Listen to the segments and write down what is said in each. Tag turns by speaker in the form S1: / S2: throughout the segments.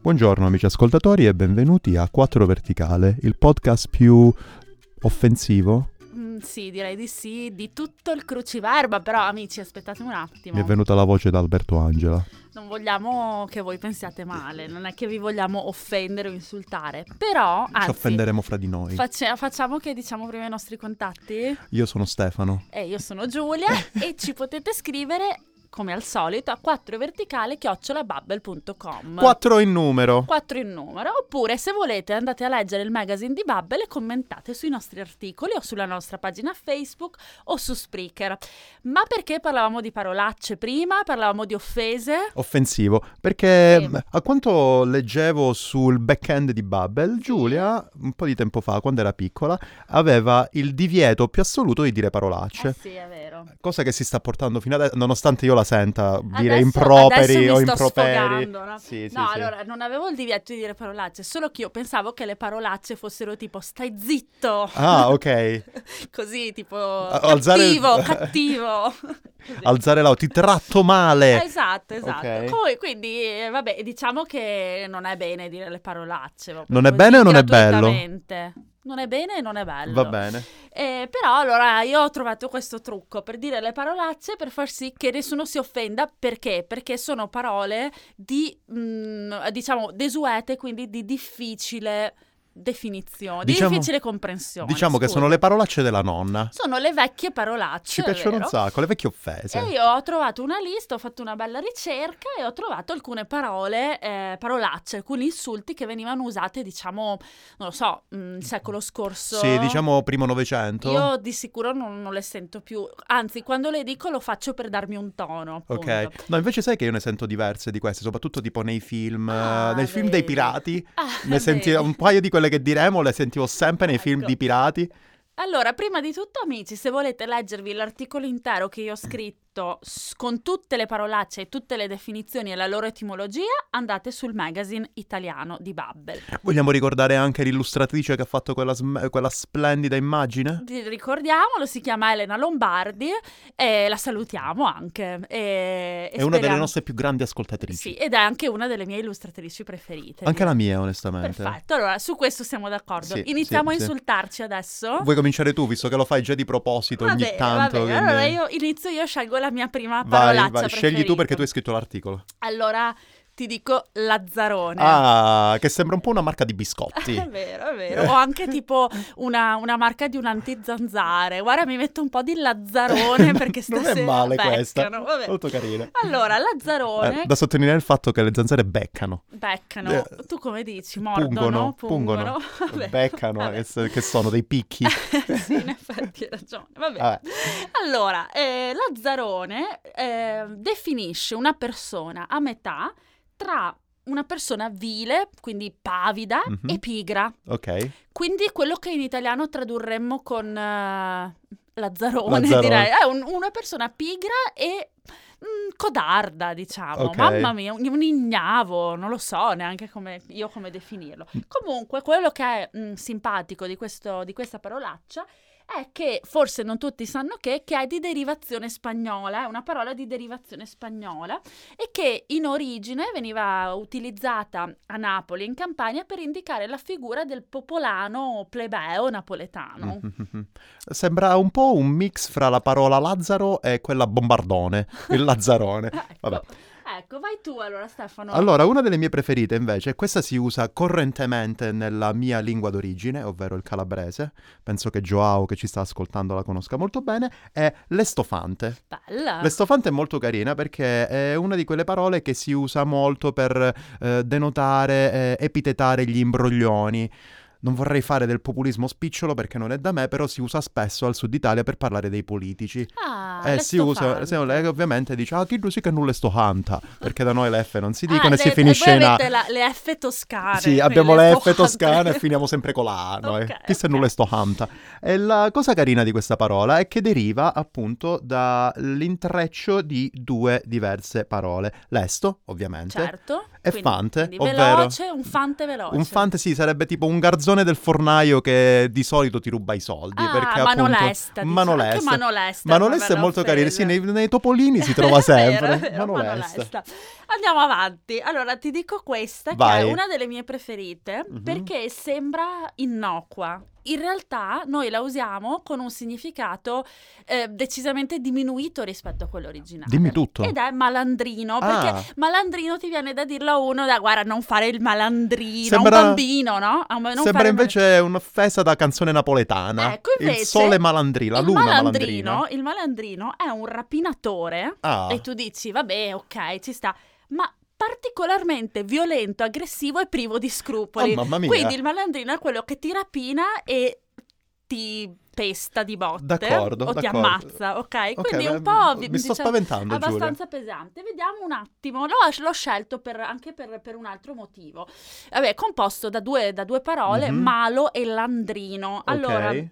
S1: Buongiorno amici ascoltatori e benvenuti a 4 Verticale, il podcast più offensivo.
S2: Mm, sì, direi di sì, di tutto il cruciverba, però amici aspettate un attimo.
S1: Mi è venuta la voce da Alberto Angela.
S2: Non vogliamo che voi pensiate male, non è che vi vogliamo offendere o insultare, però
S1: Ci
S2: anzi,
S1: offenderemo fra di noi.
S2: face- facciamo che diciamo prima i nostri contatti.
S1: Io sono Stefano.
S2: E io sono Giulia e ci potete scrivere come al solito a 4verticale@bubble.com.
S1: 4 in numero.
S2: 4 in numero, oppure se volete andate a leggere il magazine di Bubble e commentate sui nostri articoli o sulla nostra pagina Facebook o su Spreaker. Ma perché parlavamo di parolacce prima? Parlavamo di offese?
S1: Offensivo, perché
S2: Sì.
S1: mh, a quanto leggevo sul back-end di Bubble, Giulia, un po' di tempo fa, quando era piccola, aveva il divieto più assoluto di dire parolacce.
S2: Eh sì, è vero.
S1: Cosa che si sta portando fino adesso, nonostante io la senta dire
S2: Adesso- adesso
S1: improperi
S2: mi
S1: o
S2: sto
S1: improperi.
S2: sfogando, no?
S1: Sì, Eh, sì,
S2: no,
S1: sì.
S2: allora non avevo il divieto di dire parolacce, solo che io pensavo che le parolacce fossero tipo stai zitto,
S1: Ah, ok.
S2: così tipo
S1: alzare il-
S2: cattivo, cattivo. Così.
S1: Alzare l'auto, ti tratto male.
S2: Esatto, esatto.
S1: Eh, Ok.
S2: Poi, quindi, eh, vabbè, diciamo che non è bene dire le parolacce. proprio
S1: Non è
S2: così,
S1: bene o non è bello?
S2: gratuitamente. Non è bene e non è bello.
S1: Va bene.
S2: Eh, però allora io ho trovato questo trucco per dire le parolacce per far sì che nessuno si offenda. Perché? Perché sono parole di, mh, diciamo, desuete, quindi di difficile definizione,
S1: Diciamo-
S2: di difficile comprensione.
S1: Diciamo che
S2: scusa.
S1: sono le parolacce della nonna.
S2: Sono le vecchie parolacce.
S1: Ci
S2: è
S1: piacciono un
S2: vero?
S1: sacco, le vecchie offese.
S2: E io ho trovato una lista, ho fatto una bella ricerca e ho trovato alcune parole, eh, parolacce, alcuni insulti che venivano usate, diciamo, non lo so, mh, il secolo scorso.
S1: Sì, diciamo primo novecento.
S2: Io di sicuro non, non le sento più, anzi quando le dico lo faccio per darmi un tono. appunto.
S1: Ok, no, invece sai che io ne sento diverse di queste, soprattutto tipo nei film,
S2: Ah,
S1: eh, nel film dei
S2: vedi.
S1: pirati.
S2: Ah,
S1: Ne senti
S2: vedi.
S1: un paio di quelle che diremo, le sentivo sempre nei film
S2: Ecco.
S1: di pirati.
S2: Allora, prima di tutto, amici, se volete leggervi l'articolo intero che io ho scritto s- con tutte le parolacce e tutte le definizioni e la loro etimologia, andate sul magazine italiano di Bubble.
S1: Vogliamo ricordare anche l'illustratrice che ha fatto quella, sm- quella splendida immagine?
S2: Ti ricordiamolo, si chiama Elena Lombardi e la salutiamo anche. E, e
S1: È una delle
S2: speriamo-
S1: nostre più grandi ascoltatrici.
S2: Sì, ed è anche una delle mie illustratrici preferite.
S1: Anche la mia, onestamente.
S2: Perfetto, allora su questo siamo d'accordo.
S1: Sì,
S2: Iniziamo
S1: sì,
S2: a
S1: sì.
S2: insultarci adesso.
S1: Vuoi cominciare tu, visto che lo fai già di proposito
S2: Va
S1: ogni
S2: bene,
S1: tanto?
S2: va bene.
S1: quindi-
S2: Allora io inizio, io scelgo la mia prima
S1: Vai,
S2: parolaccia
S1: vai, scegli tu
S2: preferita.
S1: perché tu hai scritto l'articolo.
S2: Allora ti dico Lazzarone.
S1: Ah, che sembra un po' una marca di
S2: È
S1: biscotti.
S2: vero, è vero. Ho anche tipo una, una marca di un antizanzare. Guarda, mi metto un po' di lazzarone perché
S1: Non è
S2: stasera
S1: male
S2: beccano.
S1: questa.
S2: Vabbè.
S1: Molto carina.
S2: Allora,
S1: Eh,
S2: lazzarone
S1: da sottolineare il fatto che le zanzare beccano.
S2: beccano.
S1: Eh,
S2: tu come dici?
S1: pungono,
S2: Mordono?
S1: pungono.
S2: Vabbè.
S1: Beccano,
S2: Vabbè. Eh.
S1: che se- che sono dei picchi.
S2: sì, in effetti hai ragione. Vabbè.
S1: Vabbè.
S2: Allora, eh, Lazzarone eh, definisce una persona a metà tra una persona vile, quindi pavida,
S1: Mhm.
S2: e pigra.
S1: ok.
S2: Quindi quello che in italiano tradurremmo con eh, Lazzarone,
S1: Lazzarone.
S2: direi. È un- una persona pigra e mm, codarda, diciamo.
S1: Ok.
S2: Mamma mia, un, un ignavo, non lo so neanche come, io come definirlo.
S1: Mm.
S2: Comunque, quello che è mm, simpatico di, questo- di questa parolaccia è che forse non tutti sanno che, che è di derivazione spagnola, è una parola di derivazione spagnola e che in origine veniva utilizzata a Napoli, e in Campania, per indicare la figura del popolano plebeo napoletano.
S1: Mhm. Sembra un po' un mix fra la parola Lazzaro e quella bombardone, il Lazzarone.
S2: Ah, Ecco.
S1: Vabbè.
S2: Ecco, vai tu allora Stefano.
S1: Allora, una delle mie preferite invece, e questa si usa correntemente nella mia lingua d'origine, ovvero il calabrese, penso che Joao che ci sta ascoltando la conosca molto bene, è l'estofante.
S2: Bella.
S1: L'estofante è molto carina perché è una di quelle parole che si usa molto per eh, denotare, eh, epitetare gli imbroglioni. Non vorrei fare del populismo spicciolo perché non è da me, però si usa spesso al sud Italia per parlare dei politici.
S2: Ah,
S1: eh, si usa,
S2: l'estofante.
S1: se no, lei ovviamente dice, ah, chi tu sì che nulla è stofanta, perché da noi le F non si
S2: Ah,
S1: dicono e si
S2: le-
S1: finisce
S2: e
S1: in
S2: voi
S1: A.
S2: avete la- le F toscane.
S1: Sì,
S2: quindi
S1: abbiamo la F
S2: l'estofante.
S1: toscana e finiamo sempre con la A, noi.
S2: Ok,
S1: Chi se
S2: ok.
S1: nulla è sto hanta. E la cosa carina di questa parola è che deriva appunto dall'intreccio di due diverse parole. Lesto, ovviamente.
S2: Certo.
S1: E
S2: quindi-
S1: fante,
S2: quindi
S1: ovvero...
S2: veloce, un fante veloce.
S1: Un fante sì, sarebbe tipo un garzone del fornaio che di solito ti ruba i soldi.
S2: Ah,
S1: perché appunto...
S2: manolesta. diciamo.
S1: Manolesta.
S2: Anche manolesta.
S1: Manolesta è molto carina,
S2: carina
S1: sì, nei, nei topolini si trova
S2: È vero,
S1: sempre.
S2: è vero,
S1: manolesta.
S2: manolesta. Andiamo avanti. Allora, ti dico questa,
S1: Vai.
S2: che è una delle mie preferite,
S1: Mhm.
S2: perché sembra innocua. In realtà noi la usiamo con un significato eh, decisamente diminuito rispetto a quello originale.
S1: Dimmi tutto.
S2: Ed è malandrino, perché
S1: Ah,
S2: malandrino ti viene da dirlo a uno da guarda non fare il malandrino,
S1: Sembra-
S2: un bambino, no? A un- eh, non
S1: Ah, sembra
S2: fare il
S1: invece un'offesa da canzone napoletana.
S2: Ecco, invece,
S1: il sole malandrino, la
S2: il
S1: luna
S2: malandrino,
S1: malandrina.
S2: il malandrino è un rapinatore
S1: Ah,
S2: e tu dici vabbè, ok, ci sta, ma particolarmente violento, aggressivo e privo di
S1: oh,
S2: scrupoli.
S1: mamma mia.
S2: Quindi il malandrino è quello che ti rapina e ti pesta di botte
S1: D'accordo,
S2: o ti
S1: d'accordo.
S2: ammazza, ok?
S1: Ok,
S2: Quindi è un
S1: beh,
S2: po'
S1: Mi
S2: vi-
S1: sto
S2: diciamo,
S1: spaventando, Giulia.
S2: abbastanza pesante. Vediamo un attimo. L'ho, l'ho scelto per- anche per, per un altro motivo. Vabbè, è composto da due, da due parole,
S1: Mhm.
S2: malo e landrino. Allora,
S1: Ok.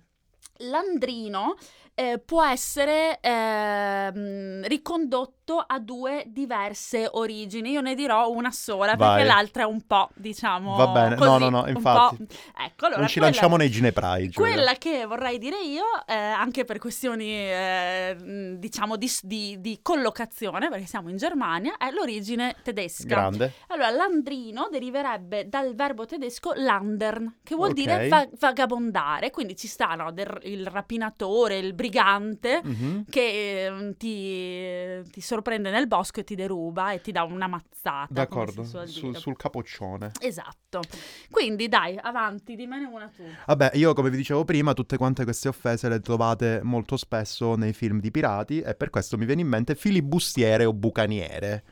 S2: landrino eh, può essere ehm, ricondotto a due diverse origini. Io ne dirò una sola
S1: Vai.
S2: perché l'altra è un po', diciamo.
S1: Va bene. No,
S2: così,
S1: no, no,
S2: un
S1: infatti.
S2: po'. Ecco, allora,
S1: non ci
S2: quella-
S1: lanciamo nei gineprai, Giulia.
S2: quella che vorrei dire io, eh, anche per questioni eh, mh, diciamo di, s- di- di collocazione, perché siamo in Germania, è l'origine tedesca.
S1: Grande.
S2: Allora, landrino deriverebbe dal verbo tedesco landern, che vuol
S1: Ok.
S2: dire va- vagabondare, quindi ci stanno del- il rapinatore, il brigante
S1: Mhm.
S2: che eh, ti, ti sorprende nel bosco e ti deruba e ti dà una mazzata. come si
S1: D'accordo,
S2: suol
S1: sul,
S2: dire.
S1: sul capoccione.
S2: Esatto. Quindi dai, avanti, dimmene una tu.
S1: Vabbè, io come vi dicevo prima, tutte quante queste offese le trovate molto spesso nei film di pirati e per questo mi viene in mente filibustiere o bucaniere,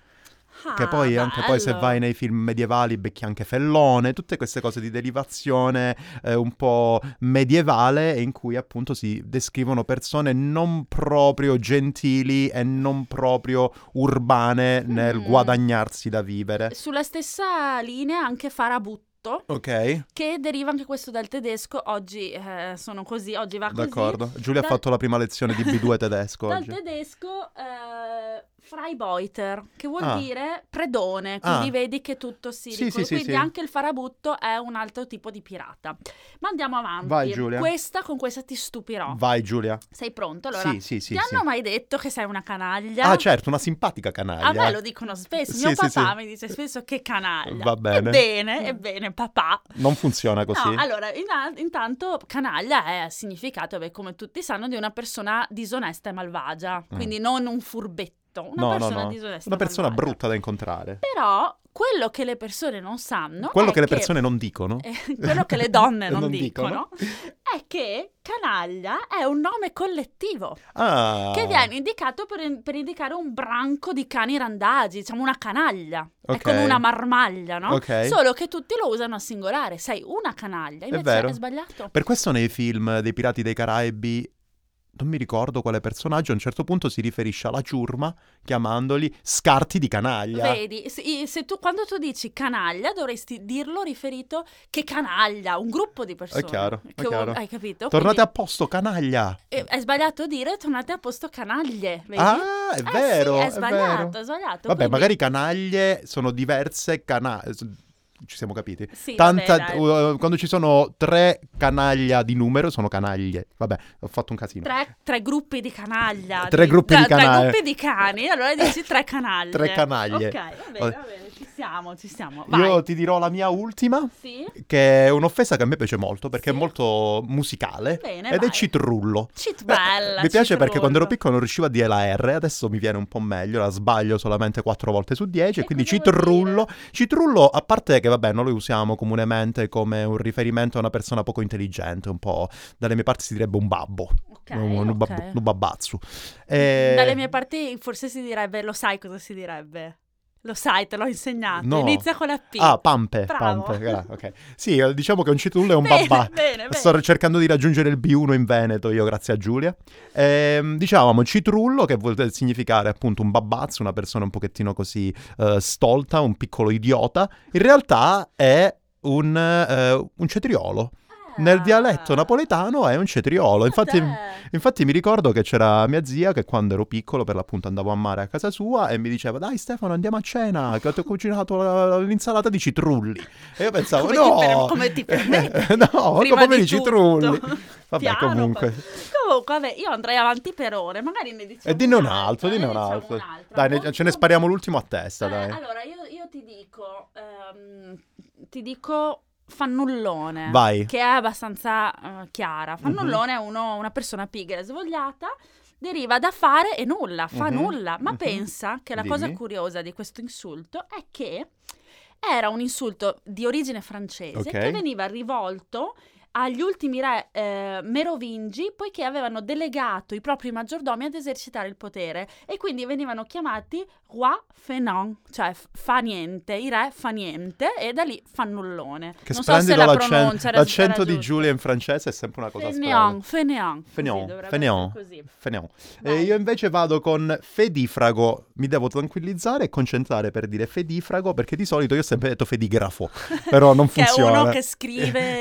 S1: che
S2: Ah,
S1: poi anche poi se
S2: bello.
S1: vai nei film medievali becchi anche fellone, tutte queste cose di derivazione eh, un po' medievale e in cui appunto si descrivono persone non proprio gentili e non proprio urbane nel
S2: Mm.
S1: guadagnarsi da vivere.
S2: Sulla stessa linea anche farabutto,
S1: Ok,
S2: che deriva anche questo dal tedesco, oggi eh, sono così, oggi va così.
S1: d'accordo. Giulia ha
S2: Dal-
S1: fatto la prima lezione di B2 tedesco
S2: Dal
S1: oggi.
S2: tedesco eh, Freibeuter, che vuol
S1: Ah.
S2: dire predone, quindi
S1: Ah.
S2: vedi che tutto si
S1: Sì,
S2: ricol-
S1: sì, sì,
S2: Quindi
S1: sì.
S2: anche il farabutto è un altro tipo di pirata. Ma andiamo avanti.
S1: Vai, Giulia.
S2: Questa con questa ti stupirò.
S1: Vai Giulia.
S2: Sei pronto? Allora,
S1: sì, sì, sì.
S2: ti
S1: sì.
S2: hanno mai detto che sei una canaglia?
S1: Ah, certo, una simpatica canaglia.
S2: A me lo dicono spesso, mio
S1: Sì, sì,
S2: papà
S1: sì.
S2: mi dice spesso che canaglia.
S1: Va bene. Mm.
S2: Ebbene, ebbene, papà.
S1: Non funziona così.
S2: No, allora, in- intanto canaglia è significato, beh, come tutti sanno, di una persona disonesta e malvagia,
S1: Mm.
S2: quindi non un furbetto, una
S1: No, no,
S2: persona
S1: no.
S2: disonesta.
S1: Una
S2: e
S1: persona
S2: malvagia.
S1: brutta da incontrare.
S2: Però quello che le persone non sanno...
S1: Quello
S2: è
S1: che le persone non dicono.
S2: eh, quello che le donne non,
S1: Non dicono.
S2: dicono, è che canaglia è un nome collettivo
S1: Ah.
S2: che viene indicato per, per indicare un branco di cani randagi, diciamo una canaglia,
S1: Ok.
S2: è come una marmaglia, no?
S1: Ok.
S2: Solo che tutti lo usano a singolare, sei una canaglia, invece è,
S1: vero.
S2: sbagliato.
S1: Per questo nei film dei Pirati dei Caraibi, non mi ricordo quale personaggio, a un certo punto si riferisce alla ciurma chiamandoli scarti di canaglia.
S2: Vedi, se, i- se tu, quando tu dici canaglia dovresti dirlo riferito che canaglia, un gruppo di persone.
S1: chiaro, è
S2: Che-
S1: chiaro.
S2: Hai capito?
S1: Tornate
S2: Quindi,
S1: a posto, canaglia.
S2: eh, È sbagliato dire tornate a posto canaglie, vedi?
S1: Ah, è
S2: Eh sì,
S1: vero.
S2: è sbagliato,
S1: vero.
S2: è sbagliato.
S1: Vabbè,
S2: quindi-
S1: magari canaglie sono diverse cana- Ci siamo capiti.
S2: Sì,
S1: Tanta-
S2: vabbè, dai.
S1: uh, quando ci sono tre canaglia di numero, sono canaglie. Vabbè, ho fatto un casino.
S2: tre, tre gruppi di canaglia.
S1: Tre gruppi di canaglia.
S2: Tre gruppi di cani, allora dici tre canaglie.
S1: Tre canaglie.
S2: Ok, va bene, va bene, ci siamo, ci siamo. Vai.
S1: Io ti dirò la mia ultima,
S2: Sì,
S1: che è un'offesa che a me piace molto perché è
S2: Sì.
S1: molto musicale.
S2: bene,
S1: ed è
S2: vai.
S1: citrullo.
S2: Cit bella,
S1: mi piace perché
S2: citrullo.
S1: quando ero piccolo non riuscivo a dire la R, adesso mi viene un po' meglio, la sbaglio solamente 4 volte su 10, e
S2: E
S1: quindi
S2: cosa vuol
S1: citrullo. Citrullo, a parte che vabbè, noi lo usiamo comunemente come un riferimento a una persona poco intelligente, un po' dalle mie parti si direbbe un babbo,
S2: Ok,
S1: un, Eh, un
S2: ok.
S1: babbo- un babbazzu. E-
S2: Dalle mie parti forse si direbbe, lo sai cosa si direbbe? Lo sai, te l'ho insegnato.
S1: No.
S2: Inizia con la P.
S1: Ah, pampe,
S2: Bravo.
S1: pampe, gra- ok. Sì, eh, diciamo che un citrullo è un
S2: bene,
S1: babba.
S2: bene, bene.
S1: Sto cercando di raggiungere il B1 in Veneto, io grazie a Giulia. Ehm, dicevamo citrullo, che vuol significare appunto un babbazzo, una persona un pochettino così eh, stolta, un piccolo idiota. In realtà è un, eh, un cetriolo. Nel
S2: Ah.
S1: dialetto napoletano è un cetriolo. Infatti,
S2: Guarda.
S1: infatti mi ricordo che c'era mia zia che quando ero piccolo per l'appunto andavo a mare a casa sua e mi diceva dai Stefano andiamo a cena che ti ho cucinato la- l'insalata di citrulli. E io pensavo
S2: Come ti
S1: no,
S2: per- come ti permetti?
S1: no,
S2: Prima
S1: come
S2: di
S1: di citrulli.
S2: tutto.
S1: Vabbè
S2: Piano,
S1: comunque.
S2: poi- Comunque, vabbè, io andrei avanti per ore, magari ne diciamo
S1: E dinne un
S2: un'altra,
S1: altro,
S2: ne
S1: dinne un
S2: diciamo
S1: altro.
S2: un'altra.
S1: Dai, ne-
S2: Molto-
S1: ce ne spariamo l'ultimo a testa,
S2: Eh,
S1: dai.
S2: Allora, io, io ti dico, ehm, ti dico Fannullone.
S1: Vai.
S2: Che è abbastanza eh, chiara. Fannullone è uno- una persona pigra e svogliata, deriva da fare e nulla, fa
S1: Mhm,
S2: nulla. Ma
S1: mhm.
S2: pensa che la cosa
S1: Dimmi.
S2: curiosa di questo insulto è che era un insulto di origine francese
S1: Ok.
S2: che veniva rivolto agli ultimi re eh, merovingi poiché avevano delegato i propri maggiordomi ad esercitare il potere e quindi venivano chiamati roi fainéant, cioè f- fa niente, i re fa niente e da lì fannullone.
S1: Che
S2: non so se
S1: splendido
S2: la
S1: l'accen-
S2: pronuncia era-
S1: l'accento
S2: era
S1: di
S2: giusta.
S1: Giulia in francese è sempre una cosa splendida.
S2: Fainéant, fainéant, così
S1: Fainéant,
S2: dovrebbe
S1: fainéant.
S2: essere così.
S1: Feniamo.
S2: Vai.
S1: E io invece vado con fedifrago. Mi devo tranquillizzare e concentrare per dire fedifrago perché di solito io ho sempre detto fedigrafo, però non
S2: Che è
S1: funziona.
S2: uno che scrive...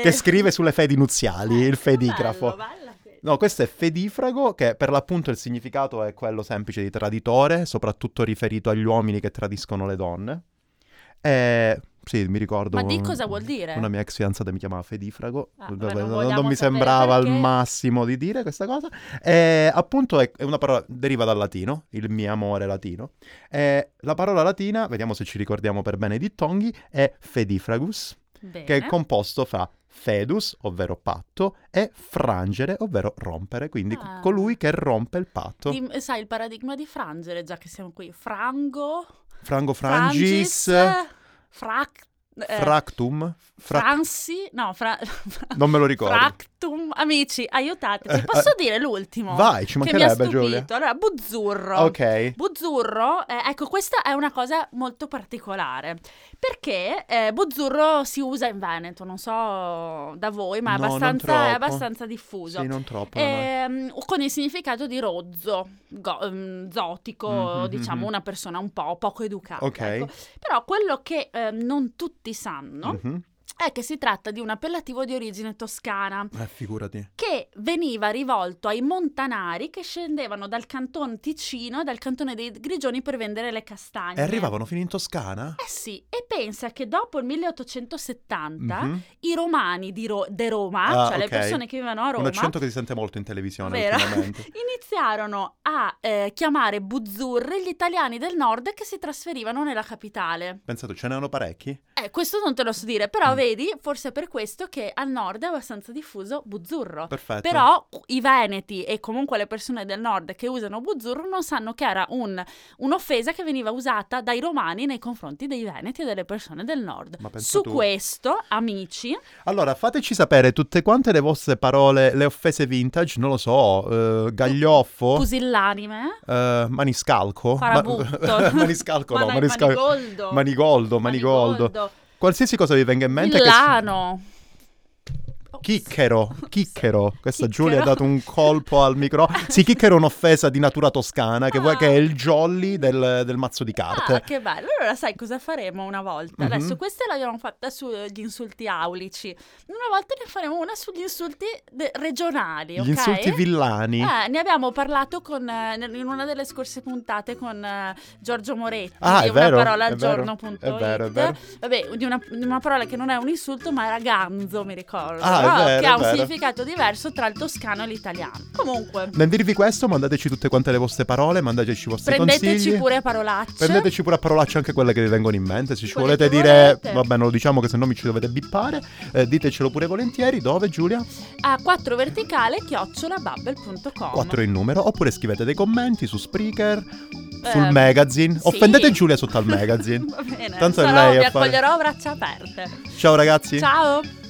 S1: Che scrive sulle fedi nuziali,
S2: Eh,
S1: il fedigrafo.
S2: bello, bella questa.
S1: No, questo è fedifrago, che per l'appunto il significato è quello semplice di traditore, soprattutto riferito agli uomini che tradiscono le donne. E... Sì, mi ricordo.
S2: Ma di
S1: un-
S2: cosa vuol dire?
S1: Una mia ex fidanzata mi chiamava Fedifrago.
S2: Ah,
S1: non,
S2: vabbè, non
S1: non
S2: vogliamo
S1: mi
S2: sapere
S1: sembrava
S2: perché.
S1: il massimo di dire questa cosa. E, appunto, è, è una parola. deriva dal latino, il mio amore latino. E la parola latina, vediamo se ci ricordiamo per bene i dittonghi, è Fedifragus che è
S2: Bene.
S1: composto fra fedus, ovvero patto, e frangere, ovvero rompere, quindi
S2: Ah.
S1: colui che rompe il patto.
S2: Dim- sai il paradigma di frangere, già che siamo qui. Frango,
S1: Frango
S2: frangis,
S1: frangis,
S2: frac, eh,
S1: fractum, fra-
S2: fransi, no, fra-
S1: non me lo ricordo.
S2: fractum. Amici, aiutateci.
S1: Eh,
S2: Posso
S1: eh,
S2: dire l'ultimo?
S1: Vai, ci
S2: che mi ha
S1: mancherebbe
S2: stupito.
S1: Giulia.
S2: Allora, buzzurro.
S1: Ok.
S2: Buzzurro, eh, ecco, questa è una cosa molto particolare perché eh, Buzzurro si usa in Veneto, non so da voi, ma è,
S1: No, non
S2: abbastanza, è
S1: troppo.
S2: abbastanza diffuso.
S1: Sì, non troppo. no, no.
S2: Ehm, con il significato di rozzo, go- ehm, zotico,
S1: Mhm,
S2: diciamo
S1: mhm.
S2: una persona un po' poco educata.
S1: Ok.
S2: ecco. Però quello che ehm, non tutti sanno
S1: Mhm.
S2: è che si tratta di un appellativo di origine toscana
S1: Eh, figurati.
S2: che veniva rivolto ai montanari che scendevano dal canton Ticino e dal cantone dei Grigioni per vendere le castagne.
S1: E arrivavano fino in Toscana?
S2: Eh sì, e pensa che dopo il 1870
S1: Mhm.
S2: i romani di Ro- de Roma,
S1: Ah,
S2: cioè le
S1: ok.
S2: persone che vivevano a Roma,
S1: Un accento che si sente molto in televisione
S2: Vero.
S1: ultimamente.
S2: iniziarono a eh, chiamare buzzurri gli italiani del nord che si trasferivano nella capitale.
S1: Pensate, ce n'erano parecchi?
S2: Eh, questo non te lo so dire, però
S1: Mm.
S2: vedi, forse è per questo che al nord è abbastanza diffuso buzzurro.
S1: Perfetto.
S2: Però i veneti e comunque le persone del nord che usano buzzurro non sanno che era un- un'offesa che veniva usata dai romani nei confronti dei veneti e delle persone del nord.
S1: Ma pensa
S2: Su
S1: tu.
S2: questo, amici,
S1: Allora, fateci sapere tutte quante le vostre parole, le offese vintage, non lo so, eh, gaglioffo,
S2: pusillanime,
S1: eh, maniscalco, ma-
S2: farabutto,
S1: maniscalco no,
S2: Mana-
S1: maniscalco-
S2: manigoldo,
S1: manigoldo, manigoldo, Qualsiasi cosa vi venga in mente che si-
S2: Villano.
S1: Chicchero, chicchero. Questa
S2: Chicchero.
S1: Giulia ha dato un colpo al micro. Sì, chicchero è un'offesa di natura toscana, che, vuoi- che è il jolly del, del mazzo di carte.
S2: Ah, che bello. Allora sai cosa faremo una volta?
S1: Mhm.
S2: Adesso questa l'abbiamo fatta sugli eh, insulti aulici. Una volta ne faremo una sugli insulti de- regionali,
S1: Gli
S2: ok?
S1: insulti villani.
S2: Eh, ne abbiamo parlato con, eh, nel- in una delle scorse puntate con eh, Giorgio Moretti
S1: Ah,
S2: di
S1: è vero,
S2: una parola
S1: è
S2: al
S1: vero,
S2: giorno.it.
S1: è vero, è vero.
S2: Vabbè, di una, di una parola che non è un insulto, ma era ganzo, mi ricordo.
S1: Ah, è
S2: però
S1: vero,
S2: che
S1: è
S2: ha un
S1: vero.
S2: significato diverso tra il toscano e l'italiano. Comunque,
S1: Nel dirvi questo, mandateci tutte quante le vostre parole, mandateci i vostri
S2: prendeteci
S1: consigli.
S2: pure parolacce.
S1: Prendeteci pure a parolacce anche quelle che vi vengono in mente. Se ci
S2: Quelle
S1: volete
S2: che
S1: dire,
S2: volete.
S1: vabbè, non lo diciamo che se no mi ci dovete bippare. eh, ditecelo pure volentieri. Dove, Giulia?
S2: a 4 verticale chiocciolabubble.com
S1: 4 in numero. Oppure scrivete dei commenti su Spreaker,
S2: Eh,
S1: sul magazine.
S2: sì.
S1: Offendete Giulia sotto al magazine.
S2: Va bene,
S1: Tanto è
S2: sarò-
S1: lei a
S2: vi
S1: fare-
S2: accoglierò a braccia aperte.
S1: Ciao ragazzi.
S2: Ciao!